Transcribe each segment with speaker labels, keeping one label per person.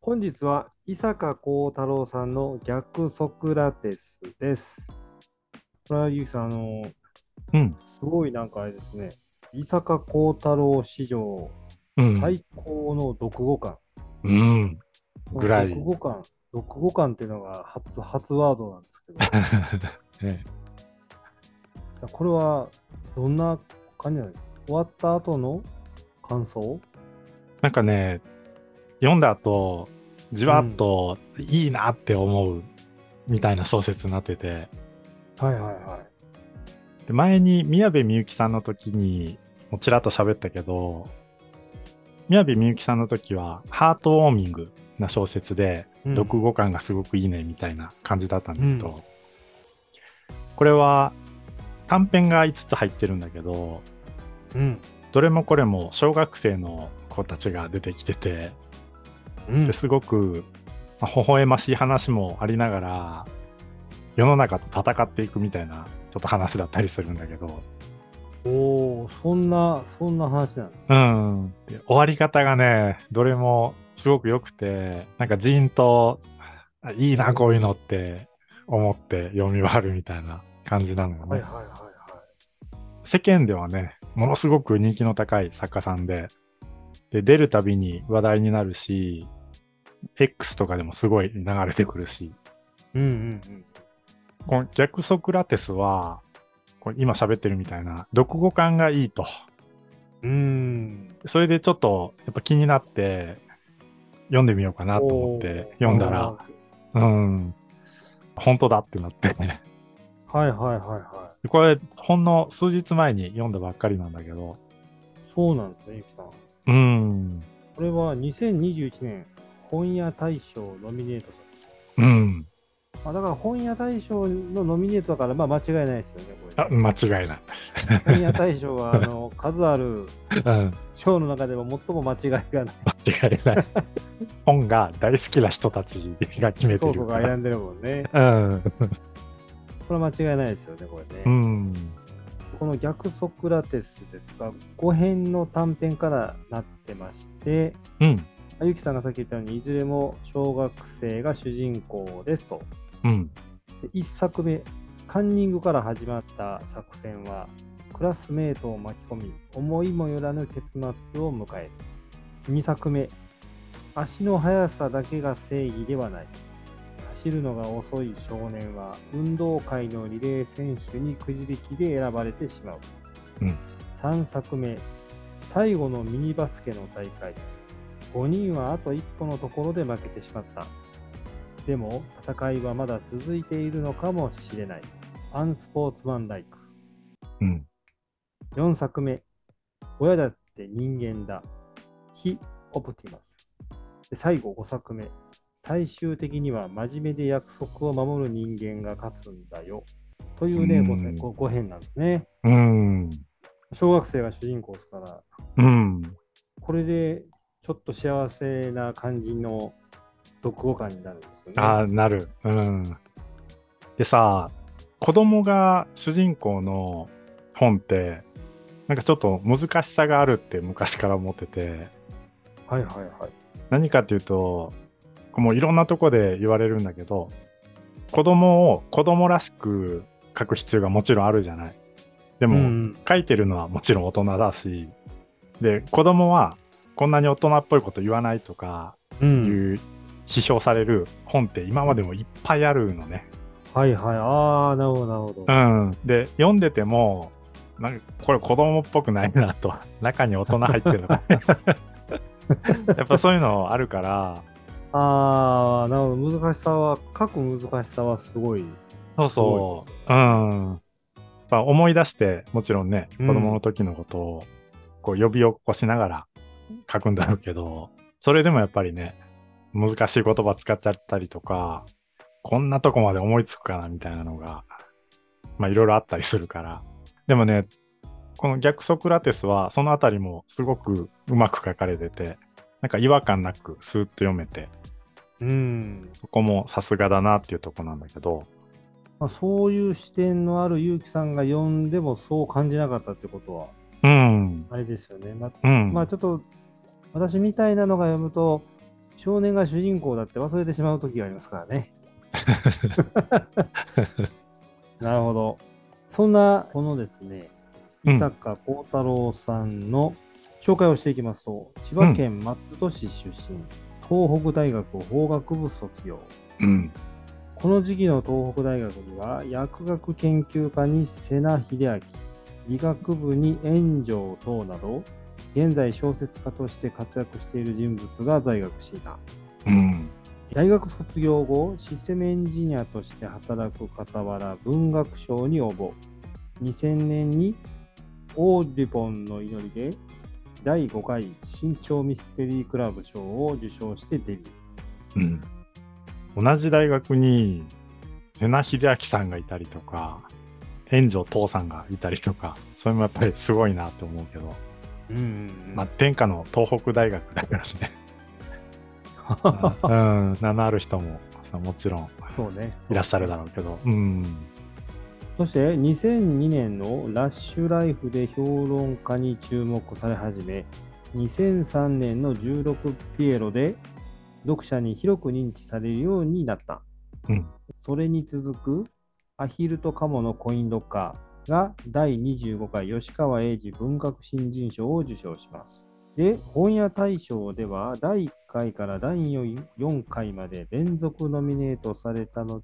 Speaker 1: 本日は伊坂幸太郎さんの逆ソクラテスです。これはゆうきさん、あの、
Speaker 2: うん。
Speaker 1: すごいなんかあれですね、伊坂幸太郎史上
Speaker 2: うん。
Speaker 1: 最高の読語感。
Speaker 2: うん。ぐらい
Speaker 1: 読語感、読語感っていうのが初初ワードなんですけ ど
Speaker 2: ね、
Speaker 1: さあ、これはどんな感じなんですか終わった後の感想
Speaker 2: なんかね、読んだ後、じわっといいなって思うみたいな小説になってて、
Speaker 1: はいはいはい。
Speaker 2: で前に宮部みゆきさんの時に、もうちらっと喋ったけど、宮部みゆきさんの時は、ハートウォーミングな小説で、読語感がすごくいいねみたいな感じだったんだけど、
Speaker 1: う
Speaker 2: これは短編が5つ入ってるんだけど
Speaker 1: うん。
Speaker 2: どれもこれも小学生の子たちが出てきてて
Speaker 1: うん。
Speaker 2: ですごくまあ微笑ましい話もありながら世の中と戦っていくみたいなちょっと話だったりするんだけど、
Speaker 1: おお、そんな、そんな話なんです。
Speaker 2: うん、で終わり方がねどれもすごく良くてなんかじーんとあいいなこういうのって思って読み終わるみたいな感じなのよね、
Speaker 1: はいはいはいはい。
Speaker 2: 世間ではねものすごく人気の高い作家さんでで出るたびに話題になるし X とかでもすごい流れてくるし
Speaker 1: うんうん
Speaker 2: この逆ソクラテスはこれ今喋ってるみたいな読語感がいいと
Speaker 1: うん。うん。
Speaker 2: それでちょっとやっぱ気になって読んでみようかなと思って読んだら、うん、本当だってなって ね。
Speaker 1: はいはいはいは
Speaker 2: これ、ほんの数日前に読んだばっかりなんだけど、
Speaker 1: い。そうなんですね、ゆきさん。
Speaker 2: うん、
Speaker 1: これは2021年本屋大賞ノミネート
Speaker 2: うん、
Speaker 1: あだから本屋大賞のノミネートだから、まあ間違いないですよね、こ
Speaker 2: あ
Speaker 1: れ。
Speaker 2: 間違いない。
Speaker 1: 本屋大賞は、あの、 数ある
Speaker 2: うん、間
Speaker 1: 賞の中でも最も間違いがない。
Speaker 2: 違い ない。本が大好きな人たちが決めて
Speaker 1: そうそ
Speaker 2: る
Speaker 1: う
Speaker 2: か
Speaker 1: が
Speaker 2: ら。
Speaker 1: 選んでるもんね。
Speaker 2: うん、
Speaker 1: これは間違いないですよね、これね。
Speaker 2: うん、
Speaker 1: この逆ソクラテスですが、5編の短編からなってまして、
Speaker 2: うん、
Speaker 1: あゆきさんがさっき言ったように、いずれも小学生が主人公ですと。
Speaker 2: うん、
Speaker 1: で1作目、カンニングから始まった作戦は、クラスメートを巻き込み、思いもよらぬ結末を迎える。2作目、足の速さだけが正義ではない。走るのが遅い少年は、運動会のリレー選手にくじ引きで選ばれてしまう。
Speaker 2: うん
Speaker 1: 3作目、最後のミニバスケの大会。5人はあと一歩のところで負けてしまった。でも戦いはまだ続いているのかもしれない。アンスポーツマンライク。
Speaker 2: うん、
Speaker 1: 4作目。親だって人間だ。非オプティマス。で最後5作目。最終的には真面目で約束を守る人間が勝つんだよ。というね、
Speaker 2: うん
Speaker 1: 5, 編なんですね。
Speaker 2: うん、
Speaker 1: 小学生が主人公ですから、
Speaker 2: うん、
Speaker 1: これでちょっと幸せな感じの読語感になるんですよね。
Speaker 2: ああ、なる。うん。でさ、子供が主人公の本って、なんかちょっと難しさがあるって昔から思ってて、
Speaker 1: はいはいはい。
Speaker 2: 何かっていうと、もういろんなとこで言われるんだけど、子供を子供らしく書く必要がもちろんあるじゃない。で
Speaker 1: で
Speaker 2: も、
Speaker 1: うん、
Speaker 2: 書いてるのはもちろん大人だし、で、子供はこんなに大人っぽいこと言わないとか、
Speaker 1: うん
Speaker 2: いう批評される本って今までもいっぱいあるのね。
Speaker 1: はいはい。ああ、なるほど、なるほど。
Speaker 2: うん、で読んでてもなんかこれ子供っぽくないなと中に大人入ってるのか ねやっぱそういうのあるから
Speaker 1: ああ、なるほど。難しさは、書く難しさはすごい。
Speaker 2: そうそう、うんやっぱ思い出してもちろんね子
Speaker 1: うん
Speaker 2: 供の時のことをこう呼び起こしながら書くんだろうけどそれでもやっぱりね難しい言葉使っちゃったりとかこんなとこまで思いつくかなみたいなのが、まあ、いろいろあったりするから。でもね、この逆ソクラテスは、そのあたりもすごくうまく書かれてて、なんか違和感なくスーッと読めて、
Speaker 1: うん。
Speaker 2: そこもさすがだなっていうとこなんだけど、
Speaker 1: まあ、そういう視点のある結城さんが読んでもそう感じなかったってことは、
Speaker 2: うん、
Speaker 1: あれですよね。まあ、
Speaker 2: うん、
Speaker 1: まあ、ちょっと、私みたいなのが読むと、少年が主人公だって忘れてしまう時がありますから ね。なるほど。そんな、このですね、
Speaker 2: うん
Speaker 1: 伊坂幸太郎さんの紹介をしていきますと、千葉県松戸市出身、東北大学法学部卒業。
Speaker 2: うん。
Speaker 1: この時期の東北大学には、薬学研究科に瀬名秀明、理学部に炎上等など、現在小説家として活躍している人物が在学していた。
Speaker 2: うん。
Speaker 1: 大学卒業後、システムエンジニアとして働く傍ら文学賞に応募。2000年にオーディポンの祈りで第5回新潮ミステリークラブ賞を受賞してデビュー。
Speaker 2: うん。同じ大学に、瀬名秀明さんがいたりとか、炎上父さんがいたりとか、それもやっぱりすごいなと思うけど、
Speaker 1: うん
Speaker 2: まあ、天下の東北大学だからね。 うん、名のある人も、もちろん
Speaker 1: そうね。
Speaker 2: いらっしゃるだろうけど、うん。
Speaker 1: そして2002年のラッシュライフで評論家に注目され始め、2003年の16ピエロで読者に広く認知されるようになった。
Speaker 2: うん
Speaker 1: それに続くアヒルとカモのコインロッカーが第25回吉川英治文学新人賞を受賞します。で、本屋大賞では第1回から第4回まで連続ノミネートされた後、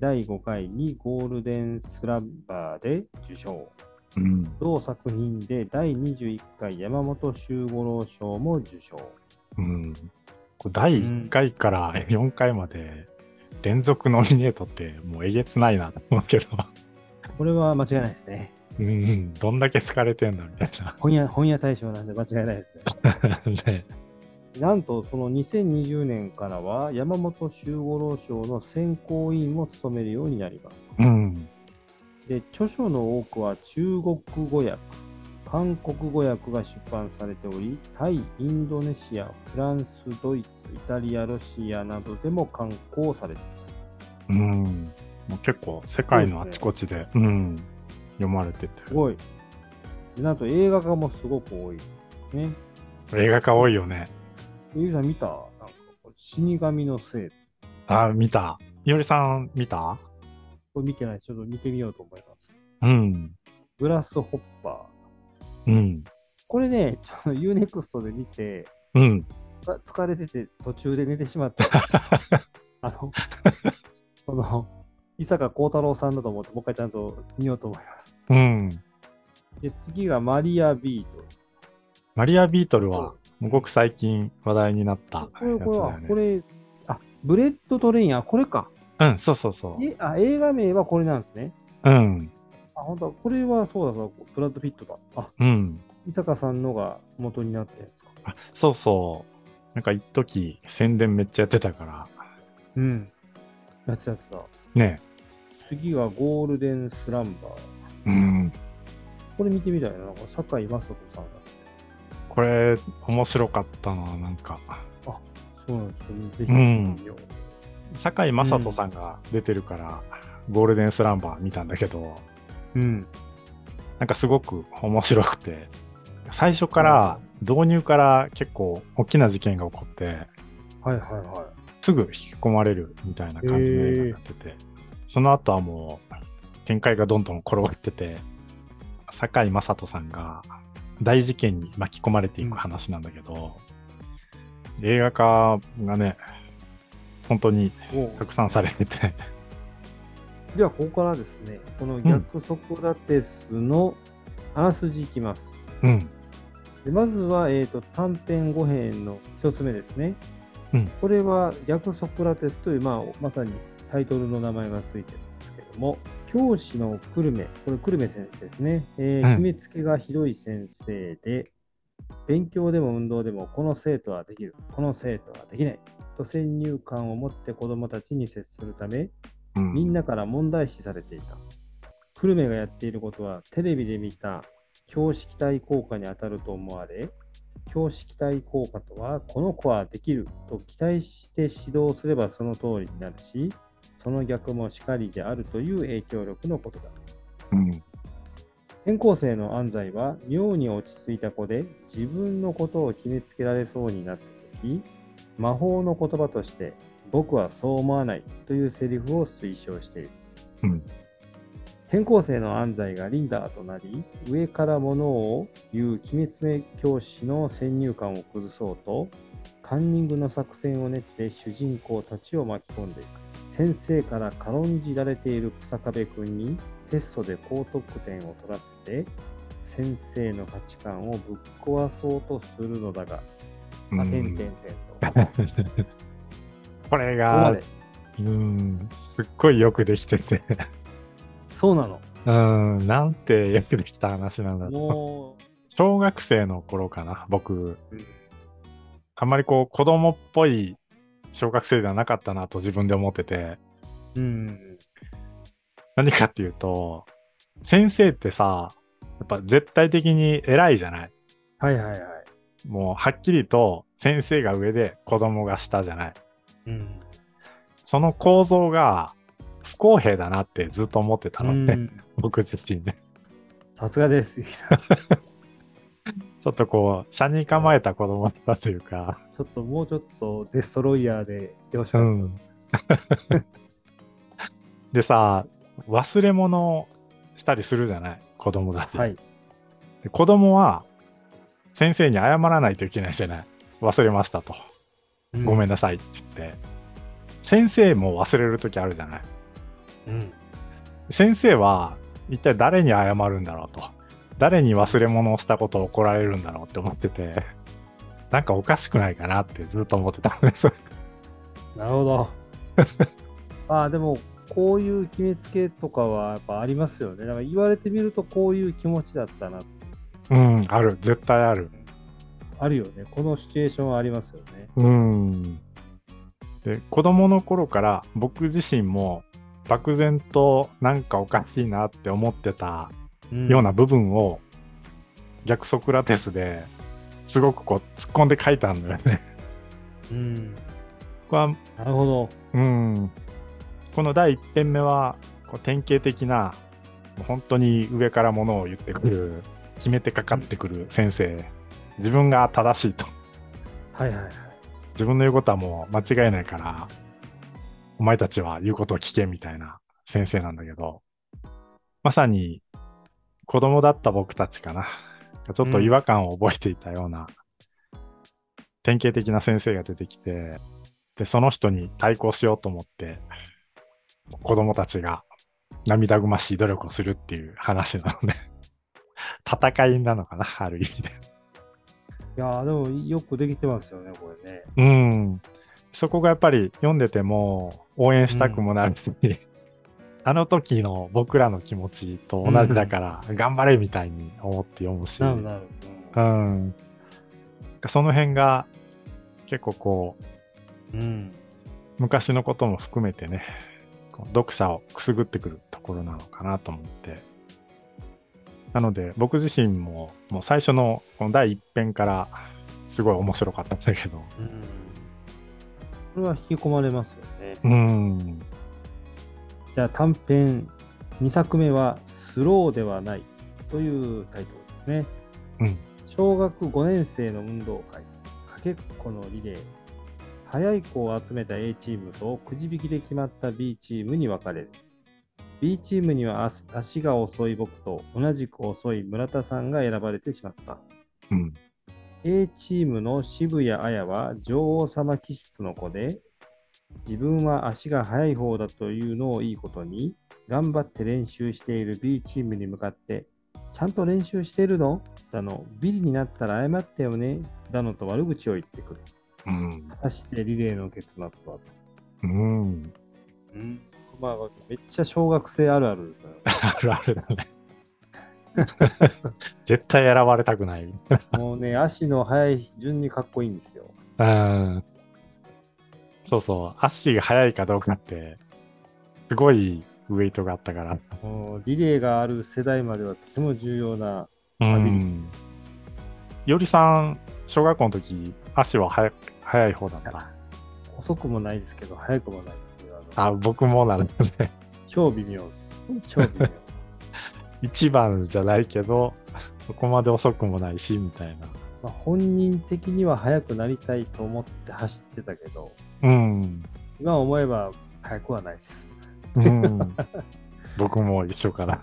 Speaker 1: 第5回にゴールデンスラッバーで受賞。
Speaker 2: うん。
Speaker 1: 同作品で第21回山本周五郎賞も受賞。
Speaker 2: うん、こう第1回から4回まで連続ノミネートってもうえげつないなと思うけど、
Speaker 1: これは間違いないですね。
Speaker 2: うん、どんだけ疲れてんだみたいな。
Speaker 1: 本屋本屋大賞なんで間違いないですね。
Speaker 2: ね、
Speaker 1: なんとその2020年からは山本周五郎賞の選考委員も務めるようになります。
Speaker 2: うん、
Speaker 1: で著書の多くは中国語訳韓国語訳が出版されておりタイインドネシアフランスドイツイタリアロシアなどでも刊行されています
Speaker 2: うん。もう結構世界のあちこちで、うん、読まれてて。
Speaker 1: すごいでなんと映画化もすごく多いね
Speaker 2: 映画化多いよね。
Speaker 1: ゆうさん見たなんかこれ死神のせい
Speaker 2: あ、見た。いおりさん見た
Speaker 1: これ見てないちょっと見てみようと思います
Speaker 2: うん、
Speaker 1: グラスホッパー
Speaker 2: うん、
Speaker 1: これねちょっと UNEXT で見て
Speaker 2: うん。
Speaker 1: が疲れてて途中で寝てしま ったんですあの、その、伊坂幸太郎さんだと思って、もう一回ちゃんと見ようと思います。
Speaker 2: うん。
Speaker 1: で、次がマリア・ビート。
Speaker 2: マリア・ビートルは、ごく最近話題になったや
Speaker 1: こ
Speaker 2: つだ
Speaker 1: れ、これ
Speaker 2: よ
Speaker 1: は、
Speaker 2: ね。
Speaker 1: これ、あ、ブレッドトレイン、あ、これか。
Speaker 2: うん、そうそうそう。
Speaker 1: えあ映画名はこれなんですね。
Speaker 2: うん、
Speaker 1: あ、本当だこれはそうだそうだ、ブラッド・ピットだ。あ、
Speaker 2: うん。
Speaker 1: 伊坂さんのが元になってるんですか。
Speaker 2: あそうそう。なんか一時宣伝めっちゃやってたから。
Speaker 1: うん。やつやつだ。
Speaker 2: ね
Speaker 1: 次はゴールデン・スランバー。
Speaker 2: うん。
Speaker 1: これ見てみたいな、なんか堺雅人さんが。
Speaker 2: これ、面白かったな、なんか。
Speaker 1: そうなんですよね。ぜひ見よう。
Speaker 2: 堺雅人さんが出てるから、ゴールデンスランバー見たんだけど、
Speaker 1: うん。
Speaker 2: なんかすごく面白くて、最初から、導入から結構大きな事件が起こって、
Speaker 1: はいはいは
Speaker 2: すぐ引き込まれるみたいな感じの映画になってて、その後はもう展開がどんどん転がってて、堺雅人さんが大事件に巻き込まれていく話なんだけど、映画化がね、本当に
Speaker 1: い。も
Speaker 2: たくさんされてて、
Speaker 1: うではここからですね、この逆ソクラテスのあらすじいきます。
Speaker 2: うん、
Speaker 1: でまずは、えー、と短編5編の1つ目ですね。
Speaker 2: うん
Speaker 1: これは逆ソクラテスという、まあ、まさにタイトルの名前がついてるんですけども、教師の久留米、これ久留米先生ですね、えー
Speaker 2: うん
Speaker 1: 決めつけがひどい先生で、勉強でも運動でもこの生徒はできる、この生徒はできないと先入観を持って子どもたちに接するため、
Speaker 2: うん、
Speaker 1: みんなから問題視されていた。久留米がやっていることはテレビで見た教式対効果に当たると思われ、教式対効果とはこの子はできると期待して指導すればその通りになるし、その逆もしかりであるという影響力のことだ。
Speaker 2: うん、
Speaker 1: 転校生の安西は妙に落ち着いた子で自分のことを決めつけられそうになった時魔法の言葉として僕はそう思わないというセリフを推奨している。
Speaker 2: うん。
Speaker 1: 転校生の安西がリーダーとなり、上から物を言う鬼滅め教師の先入観を崩そうと、カンニングの作戦を練って主人公たちを巻き込んでいく。先生から軽んじられている草壁くんにテストで高得点を取らせて、先生の価値観をぶっ壊そうとするのだが、
Speaker 2: う
Speaker 1: まあ、てん
Speaker 2: ん
Speaker 1: てんてんと。そ
Speaker 2: これ
Speaker 1: こま
Speaker 2: が
Speaker 1: で、
Speaker 2: うん、すっごいよくできてて、
Speaker 1: そうなの。
Speaker 2: うん、なんてよくできた話なんだと。
Speaker 1: も
Speaker 2: 小学生の頃かな、僕
Speaker 1: うん、
Speaker 2: あんまりこう子供っぽい小学生ではなかったなと自分で思ってて、
Speaker 1: う、うん、
Speaker 2: 何かっていうと、先生ってさ、やっぱ絶対的に偉いじゃない
Speaker 1: はいはいはい。
Speaker 2: もうはっきりと先生が上で子供が下じゃない。
Speaker 1: うん。
Speaker 2: その構造が不公平だなってずっと思ってたのね、
Speaker 1: うん
Speaker 2: 僕自身ね。
Speaker 1: さすがです。 杉さんち
Speaker 2: ちょっとこう、車に構えた子供だったというか、
Speaker 1: ょっともうちょっとデストロイヤーで来てほしか
Speaker 2: う
Speaker 1: った。
Speaker 2: ん。でさ、忘れ物したりするじゃない子供だって、
Speaker 1: はい。
Speaker 2: で子供は先生に謝らないといけないじゃない忘れましたと。ごめん
Speaker 1: ん。
Speaker 2: なさいって言って。先生も忘れるときあるじゃない
Speaker 1: うん。
Speaker 2: 先生は一体誰に謝るんだろうと誰に忘れ物をしたことを怒られるんだろうって思っててなんかおかしくないかなってずっと思ってたんです
Speaker 1: なるほど。 まあでも、こういう決めつけとかはやっぱありますよね。だから言われてみるとこういう気持ちだったな。
Speaker 2: うんある絶対ある
Speaker 1: あるよね。このシチュエーションはありますよね。
Speaker 2: うんで子供の頃から僕自身も漠然となんかおかしいなって思ってた
Speaker 1: うん
Speaker 2: ような部分を逆ソクラテスですごくこう突っ込んで書いたんだよね。
Speaker 1: うん。
Speaker 2: これは
Speaker 1: なるほど。
Speaker 2: うん、この第1編目はこう典型的なもう本当に上からものを言ってくる決めてかかってくる先生自分が正しいと
Speaker 1: はいはいはい。
Speaker 2: 自分の言うことはもう間違いないからお前たちは言うことを聞けみたいな先生なんだけどまさに子供だった僕たちかなちょっと違和感を覚えていたような、典型的な先生が出てきてでその人に対抗しようと思って子供たちが涙ぐましい努力をするっていう話なので 戦いなのかなある意味で。
Speaker 1: いやーでもよくできてますよね、これね。
Speaker 2: うん。そこがやっぱり読んでても応援したくもなるし、あの時の僕らの気持ちと同じだから、頑張れみたいに思って読むし、
Speaker 1: なるなる。
Speaker 2: うん。その辺が結構こう、
Speaker 1: うん。うん
Speaker 2: 昔のことも含めてね、こう読者をくすぐってくるところなのかなと思って。なので、僕自身も、もう最初のこの第一編から、すごい面白かったんだけど、
Speaker 1: うんこれは引き込まれますよね。
Speaker 2: うん。
Speaker 1: じゃあ短編2作目は「スローではない」というタイトルですね。
Speaker 2: うん
Speaker 1: 小学5年生の運動会、かけっこのリレー、早い子を集めた A チームとくじ引きで決まった B チームに分かれる。B チームには足足が遅い僕と同じく遅い村田さんが選ばれてしまった。
Speaker 2: うん。
Speaker 1: A チームの渋谷綾は女王様気質の子で、自分は足が速い方だというのをいいことに、頑張って練習している B チームに向かって、ちゃんと練習してるのだの、ビリになったら謝ってよねだのと悪口を言ってくる。
Speaker 2: うん。
Speaker 1: 果たしてリレーの結末は、
Speaker 2: うん。
Speaker 1: まあ、めっちゃ小学生あるあるですよ。
Speaker 2: あるあるだね。 絶対選ばれたくない。う
Speaker 1: もうね、足の速い順にかっこいいんですよ。
Speaker 2: ん。そうそう。足が速いかどうかって、すごいウェイトがあったから。
Speaker 1: もうリレーがある世代まではとても重要な
Speaker 2: うん。よりさん、小学校の時、足は速速い方だった。
Speaker 1: 遅くもないですけど、早くもないっていう、あの
Speaker 2: あ、僕もなので、
Speaker 1: 超微妙です。超 微妙。
Speaker 2: 一番じゃないけど、そこまで遅くもないし、みたいな。
Speaker 1: まあ、本人的には速くなりたいと思って走ってたけど、
Speaker 2: うん。
Speaker 1: 今思えば速くはないです。
Speaker 2: うん、 僕も一緒かな。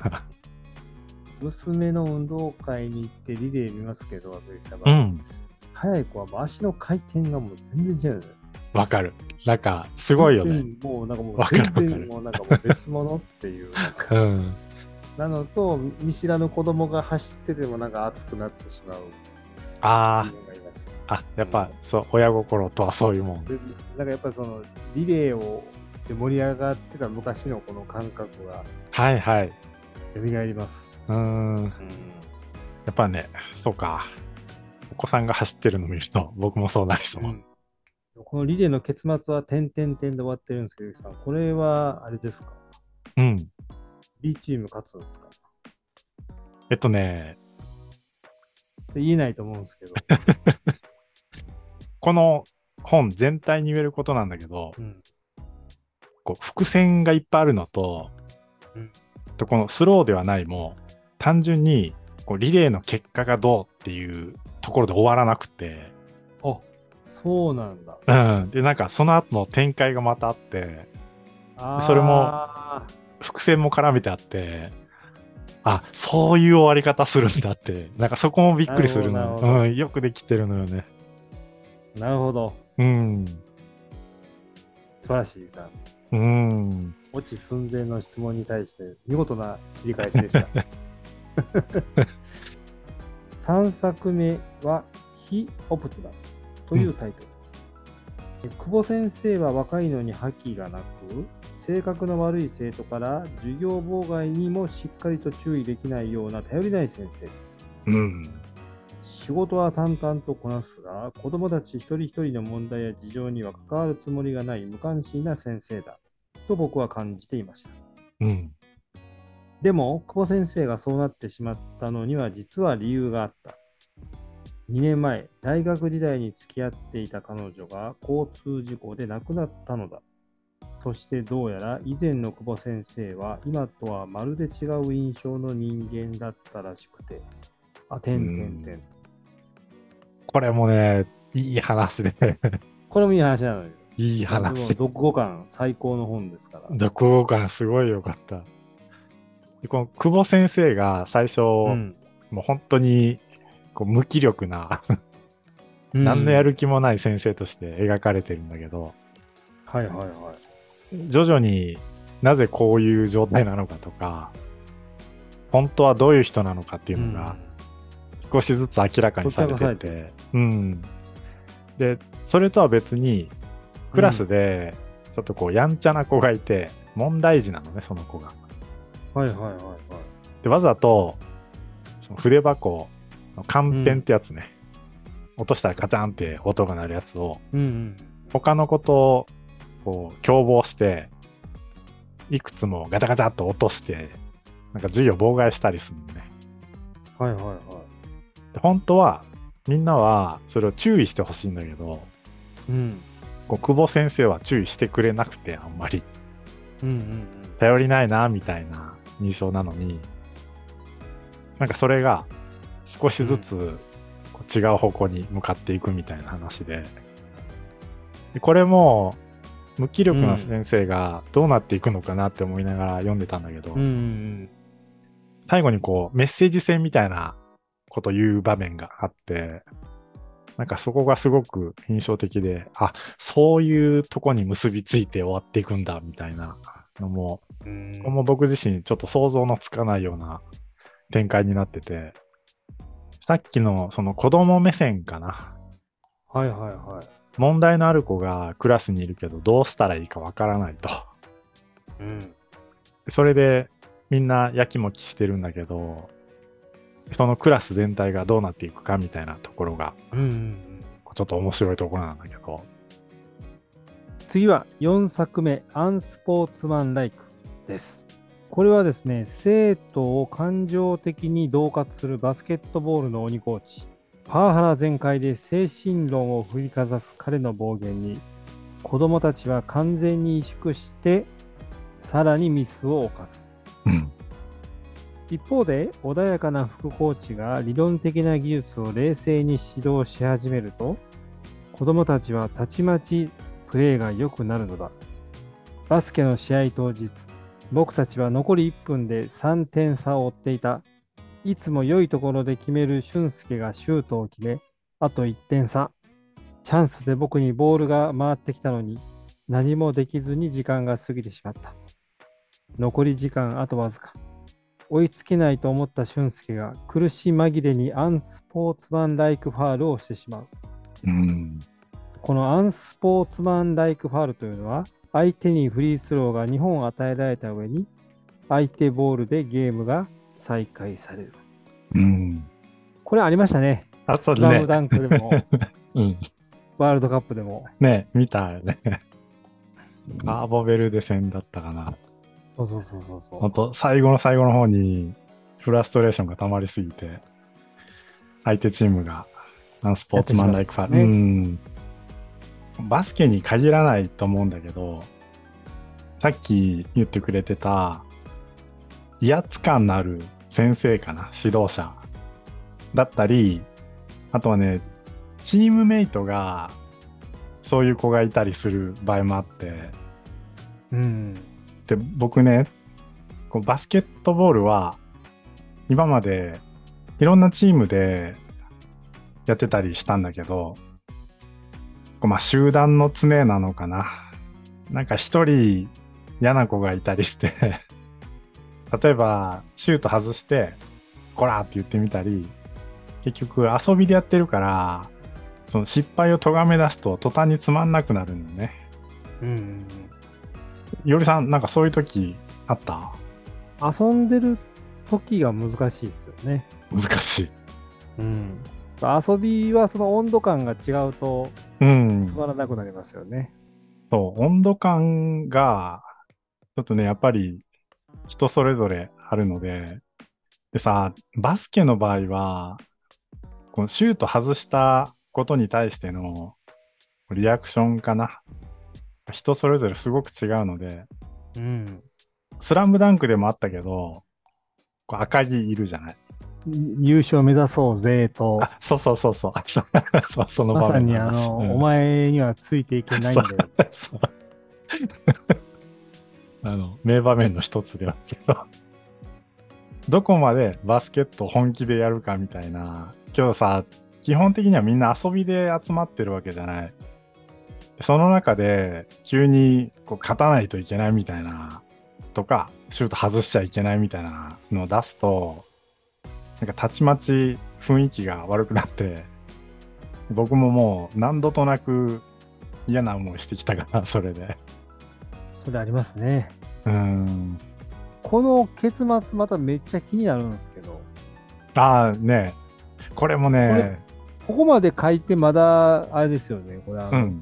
Speaker 1: 娘の運動会に行ってリレー見ますけど、私様、
Speaker 2: うん。
Speaker 1: 速い子はもう足の回転がもう全然違うよね。
Speaker 2: わかる。なんか、すごいよね。。
Speaker 1: もうなんかもう
Speaker 2: わかるわかる
Speaker 1: 全然もうなんかもう別物っていう。
Speaker 2: うん。
Speaker 1: なのと、見知らぬ子供が走っててもなんか熱くなってしまう
Speaker 2: あ
Speaker 1: 自分がいます。
Speaker 2: あ、あ、やっぱ、そう、親心とはそういうもん。
Speaker 1: でなんかやっぱりそのリレーをで盛り上がってた昔のこの感覚が
Speaker 2: はいはい。
Speaker 1: 蘇ります。
Speaker 2: うん。やっぱね、そうか。お子さんが走ってるの見ると、僕もそうなりそう。
Speaker 1: うんこのリレーの結末は点々点で終わってるんですけど、ゆきさん、これはあれですか
Speaker 2: うん。
Speaker 1: ?B チーム勝つんですかっ
Speaker 2: えっとね、
Speaker 1: て言えないと思うんですけど。
Speaker 2: この本全体に言えることなんだけど、
Speaker 1: うん
Speaker 2: こう伏線がいっぱいあるのと、
Speaker 1: うん
Speaker 2: とこのスローではないも単純にこうリレーの結果がどうっていうところで終わらなくて、
Speaker 1: あそうなんだ。
Speaker 2: うん、でなんかその後の展開がまたあってそれも
Speaker 1: あ
Speaker 2: 伏線も絡めてあってあそういう終わり方するんだってなんかそこもびっくりする
Speaker 1: なる
Speaker 2: の
Speaker 1: ほどなるほ
Speaker 2: うん、よくできてるのよね。
Speaker 1: ーなるほど。
Speaker 2: うん
Speaker 1: 素晴らしい、ゆきさん。
Speaker 2: うん、
Speaker 1: 落ち寸前の質問に対して見事な切り返しでした。3作目は「非オプティマス」というタイトルです。久保先生は若いのに覇気がなく性格の悪い生徒から授業妨害にもしっかりと注意できないような頼りない先生です。
Speaker 2: うん、
Speaker 1: 仕事は淡々とこなすが、子供たち一人一人の問題や事情には関わるつもりがない無関心な先生だと僕は感じていました。
Speaker 2: うん、
Speaker 1: でも、久保先生がそうなってしまったのには実は理由があった。2年前、大学時代に付き合っていた彼女が交通事故で亡くなったのだ。そしてどうやら以前の久保先生は今とはまるで違う印象の人間だったらしくて。あ、てんてんてん。
Speaker 2: これもねいい話で
Speaker 1: これもいい話なのよ。
Speaker 2: いい話
Speaker 1: でも読後感最高の本ですから。
Speaker 2: 読後感すごい良かった。でこの久保先生が最初、
Speaker 1: うん
Speaker 2: もう本当にこう無気力な、何のやる気もない先生として描かれてるんだけど、
Speaker 1: はいはいは
Speaker 2: 徐々になぜこういう状態なのかとか、本当はどういう人なのかって
Speaker 1: い。
Speaker 2: いうのが少しずつ明らかにされて
Speaker 1: 解き明
Speaker 2: て、うん。で、それとは別に、クラスでちょっとこうやんちゃな子がいて、問題児なのね、その子が。
Speaker 1: うんはいはいはいはい。
Speaker 2: でわざとその筆箱のカンペンってやつね、落としたらカチャンって音が鳴るやつを
Speaker 1: うんうん。
Speaker 2: 他の子とこう共謀していくつもガチャガチャっと落としてなんか授業妨害したりするのね
Speaker 1: はいはいはい。
Speaker 2: で本当はみんなはそれを注意してほしいんだけど
Speaker 1: うん。
Speaker 2: こう久保先生は注意してくれなくてあんまり
Speaker 1: うんうん
Speaker 2: 頼りないなみたいな印象なのになんかそれが少しずつこう違う方向に向かっていくみたいな話ででこれも無気力な先生がどうなっていくのかなって思いながら読んでたんだけど、
Speaker 1: うん。うんうん
Speaker 2: 最後にこうメッセージ性みたいなこと言う場面があってなんかそこがすごく印象的であそういうとこに結びついて終わっていくんだみたいなのも
Speaker 1: うん。うん
Speaker 2: これも僕自身ちょっと想像のつかないような展開になってて、さっきのその子供目線かな。
Speaker 1: はいはいはい。
Speaker 2: 問題のある子がクラスにいるけどどうしたらいいかわからないと。
Speaker 1: うん。
Speaker 2: それでみんなやきもきしてるんだけど、そのクラス全体がどうなっていくかみたいなところが
Speaker 1: うんうんうん。
Speaker 2: ちょっと面白いところなんだけど。
Speaker 1: 次は4作目、アンスポーツマンライクです。これはですね、生徒を感情的に恫喝するバスケットボールの鬼コーチ、パワハラ全開で精神論を振りかざす彼の暴言に、子供たちは完全に萎縮して、さらにミスを犯す。
Speaker 2: うん。
Speaker 1: 一方で穏やかな副コーチが理論的な技術を冷静に指導し始めると子どもたちはたちまちプレーが良くなるのだバスケの試合当日僕たちは残り1分で3点差を追っていたいつも良いところで決める俊介がシュートを決めあと1点差チャンスで僕にボールが回ってきたのに何もできずに時間が過ぎてしまった残り時間あとわずか追いつけないと思った俊介が苦し紛れにアンスポーツマンライクファールをしてしまう
Speaker 2: うん。
Speaker 1: このアンスポーツマンライクファールというのは、相手にフリースローが2本与えられた上に、相手ボールでゲームが再開される。
Speaker 2: うん。
Speaker 1: これありましたね。
Speaker 2: あ、そう
Speaker 1: スラム
Speaker 2: ね。
Speaker 1: ダンクで も、
Speaker 2: うん。
Speaker 1: ワールドカップでも。
Speaker 2: ね、見たよね。カーボベルデ戦だったかな。
Speaker 1: そうそうそうそうそ
Speaker 2: ほんと、最後の最後の方に、フラストレーションが溜まりすぎて、相手チームが、あのスポーツマンライクファール、
Speaker 1: やって
Speaker 2: うん。バスケに限らないと思うんだけど、さっき言ってくれてた、威圧感のある先生かな、指導者だったり、あとはね、チームメイトが、そういう子がいたりする場合もあって、
Speaker 1: う。うん。
Speaker 2: で僕ねこうバスケットボールは今までいろんなチームでやってたりしたんだけどこうまあ集団の常なのかななんか一人嫌な子がいたりして 例えばシュート外して「こら!」って言ってみたり結局遊びでやってるからその失敗を咎め出すと途端につまんなくなるんだよね。
Speaker 1: うん。
Speaker 2: よりさんなんかそういう時あった
Speaker 1: 遊んでる時が難しいですよね。
Speaker 2: 難しい。
Speaker 1: うん。遊びはその温度感が違うと
Speaker 2: うん
Speaker 1: つ。まらなくなりますよね。
Speaker 2: そう、温度感が、ちょっとね、やっぱり人それぞれあるので、でさ、バスケの場合は、このシュート外したことに対してのリアクションかな。人それぞれすごく違うので、
Speaker 1: うん。
Speaker 2: スラムダンクでもあったけど、こう赤木いるじゃない。
Speaker 1: 優勝目指そうぜと。
Speaker 2: あ、そうそうそうそう。そうそうその
Speaker 1: ま
Speaker 2: 場
Speaker 1: さ
Speaker 2: 面
Speaker 1: に
Speaker 2: の
Speaker 1: あ
Speaker 2: 話
Speaker 1: の、
Speaker 2: うん
Speaker 1: お前にはついていけないんだよ。
Speaker 2: そう あの名場面の一つではあるけどどこまでバスケットを本気でやるかみたいな今日さ基本的にはみんな遊びで集まってるわけじゃないその中で急にこう勝たないといけないみたいなとかシュート外しちゃいけないみたいなのを出すとなんかたちまち雰囲気が悪くなって僕ももう何度となく嫌な思いしてきたから、 それで。
Speaker 1: それありますね。
Speaker 2: うーん。
Speaker 1: この結末まためっちゃ気になるんですけど、
Speaker 2: ああ、ねこれもね、
Speaker 1: ここまで書いてまだ、あれですよね、これは、
Speaker 2: うん。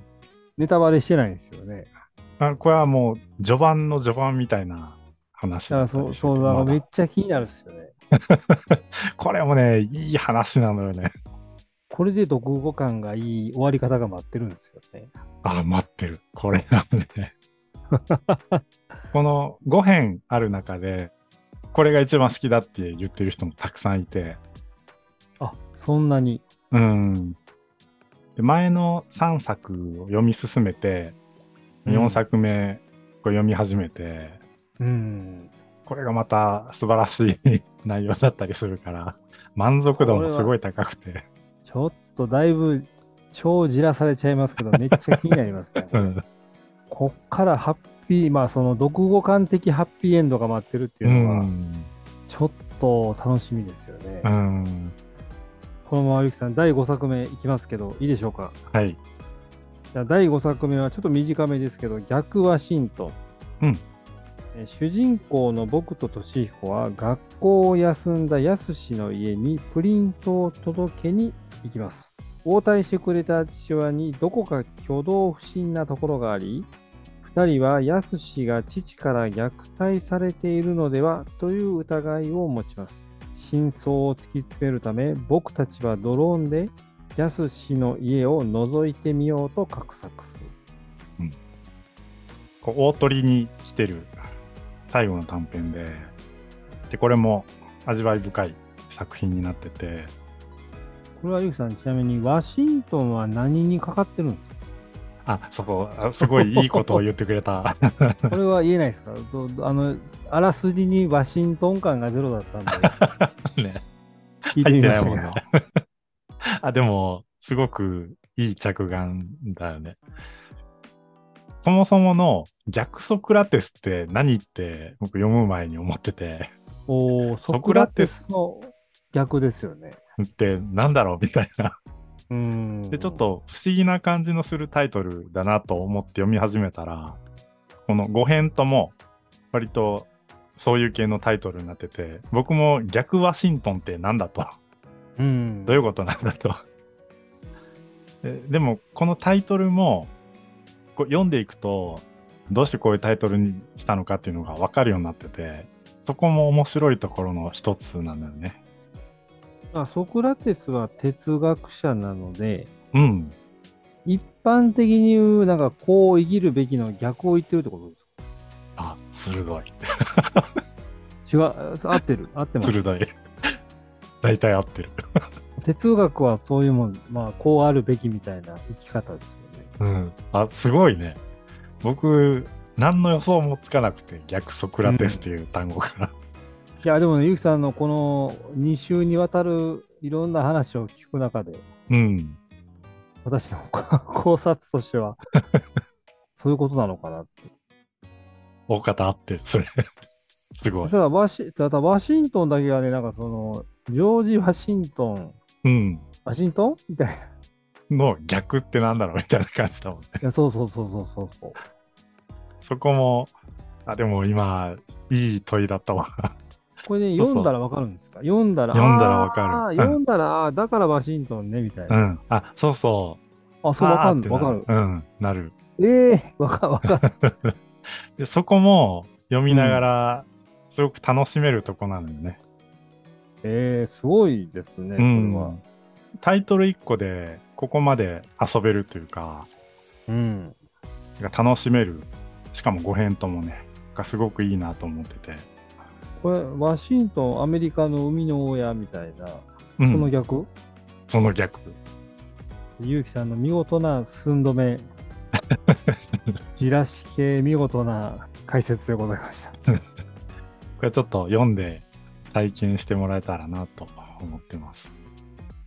Speaker 1: ネタバレしてないんですよね。
Speaker 2: あこれはもう、序盤の序盤みたいな話
Speaker 1: だか
Speaker 2: だ
Speaker 1: ら
Speaker 2: った
Speaker 1: そ、
Speaker 2: りする
Speaker 1: そう、
Speaker 2: け
Speaker 1: だから
Speaker 2: ど
Speaker 1: めっちゃ気になるんですよね。
Speaker 2: まだこれもね、いい話なのよね。
Speaker 1: これで読語感がいい終わり方が待ってるんですよね。
Speaker 2: ああ、待ってる。これなのね。 この5編ある中で、これが一番好きだって言ってる人もたくさんいて、
Speaker 1: あ、そんなに。
Speaker 2: うん。で前の3作を読み進めて、
Speaker 1: うん
Speaker 2: 4作目を読み始めて、
Speaker 1: うん。
Speaker 2: これがまた素晴らしい内容だったりするから、満足度もすごい高くて、
Speaker 1: ちょっとだいぶ、超じらされちゃいますけど、めっちゃ気になります ね。
Speaker 2: うん、
Speaker 1: こっからハッピー、まあその読語感的ハッピーエンドが待ってるっていううのは、
Speaker 2: ん、
Speaker 1: ちょっと楽しみですよね。
Speaker 2: うん、
Speaker 1: このままゆきさん、第5作目いきますけど、いいでしょうか。
Speaker 2: はい、
Speaker 1: じゃあ第5作目はちょっと短めですけど、逆ワシントン。
Speaker 2: うん
Speaker 1: えー主人公の僕と俊彦は学校を休んだやすしの家にプリントを届けに行きます。応対してくれた父親にどこか挙動不審なところがあり、2人はやすしが父から虐待されているのではという疑いを持ちます。真相を突きつけるため、僕たちはドローンでやすしの家を覗いてみようと画策する。
Speaker 2: こう大鳥に来てる最後の短編で、で、これも味わい深い作品になってて、
Speaker 1: これはゆうきさん、ちなみにワシントンは何にかかってるんです
Speaker 2: あ、そこ、あすごいいいことを言ってくれ
Speaker 1: か
Speaker 2: た。
Speaker 1: これは言えないですかどどあのあらすじにワシントン感がゼロだったんで、
Speaker 2: ね、
Speaker 1: 聞いてみましたけ
Speaker 2: 入
Speaker 1: ど
Speaker 2: っ。あ、でも、すごくいい着眼だよね。そもそもの逆ソクラテスって何って僕読む前に思ってて、
Speaker 1: おお、ソ
Speaker 2: ソ
Speaker 1: ク
Speaker 2: ク
Speaker 1: ラ
Speaker 2: ラ
Speaker 1: テ
Speaker 2: テ
Speaker 1: スの逆ですよね。
Speaker 2: ってなんだろうみ たいな。
Speaker 1: うん
Speaker 2: で、ちょっ、と不思議な感じのするタイトルだなと思って読み始めたら、この5編とも割とそういう系のタイトルになってて、僕も逆ワシントンってなんだ と。
Speaker 1: うん、
Speaker 2: どういうことなんだと。 ででも、このタイトルも、こう読んでいくと、どうしてこういうタイトルにしたのかっていうのが分かるようになってて、そこも面白いところの一つなんだよね。
Speaker 1: まあ、ソクラテスは哲学者なので、
Speaker 2: うん。
Speaker 1: 一般的に言う、なんかこう生きるべきの逆を言ってるってことですか
Speaker 2: あ、鋭い。
Speaker 1: 違う、合ってる、合ってます。
Speaker 2: 鋭い。大体合ってる。
Speaker 1: 哲学はそういうもん、まあ、こうあるべきみたいな生き方ですよね。
Speaker 2: うん。あ、すごいね。僕、何の予想もつかなくて、逆ソクラテスっていう単語から。
Speaker 1: いや、でもね、ゆきさんのこの2週にわたるいろんな話を聞く中で、
Speaker 2: うん。
Speaker 1: 私の 考察として は、そういうことなのかなって。
Speaker 2: 大方合ってる、それ。 すごい。
Speaker 1: ただワシ、ただワシントンだけがね、なんかその、ジョージ・ワシントン、
Speaker 2: うん。
Speaker 1: ワシントン みたいな。い
Speaker 2: の逆ってなんだろうみたいな感じだもんね。
Speaker 1: や、そうそうそうそうそうそう。
Speaker 2: そこも、あ、でも今、いい問いだったわ。
Speaker 1: これね、
Speaker 2: そうそう
Speaker 1: 読んだらわかるんですか読んだら、
Speaker 2: 読んだらわかる
Speaker 1: あー
Speaker 2: うん
Speaker 1: 読んだら、あーだからワシントンね、みたいうな。
Speaker 2: ん。あ、そうそう。
Speaker 1: あ、そう、わか
Speaker 2: あーっ
Speaker 1: る、
Speaker 2: て
Speaker 1: わ
Speaker 2: な
Speaker 1: かる。
Speaker 2: うん、なる。
Speaker 1: ええー、わかる、わかる。
Speaker 2: で、そこも読みながら、すごく楽しめるとこなのよね。
Speaker 1: ええー、すごいですね、これ
Speaker 2: うん。
Speaker 1: は。
Speaker 2: タイトル1個で、ここまで遊べるというか、
Speaker 1: うん。
Speaker 2: 楽しめる。しかも5編ともね、がすごくいいなと思ってて。
Speaker 1: これ、ワシントン、アメリカの海の親みたいな、
Speaker 2: う
Speaker 1: そ
Speaker 2: ん、
Speaker 1: の逆、
Speaker 2: その逆。
Speaker 1: ゆうきさんの見事な寸止 め、じらし系見事な解説でございました。
Speaker 2: これちょっと読んで体験してもらえたらなと思ってます。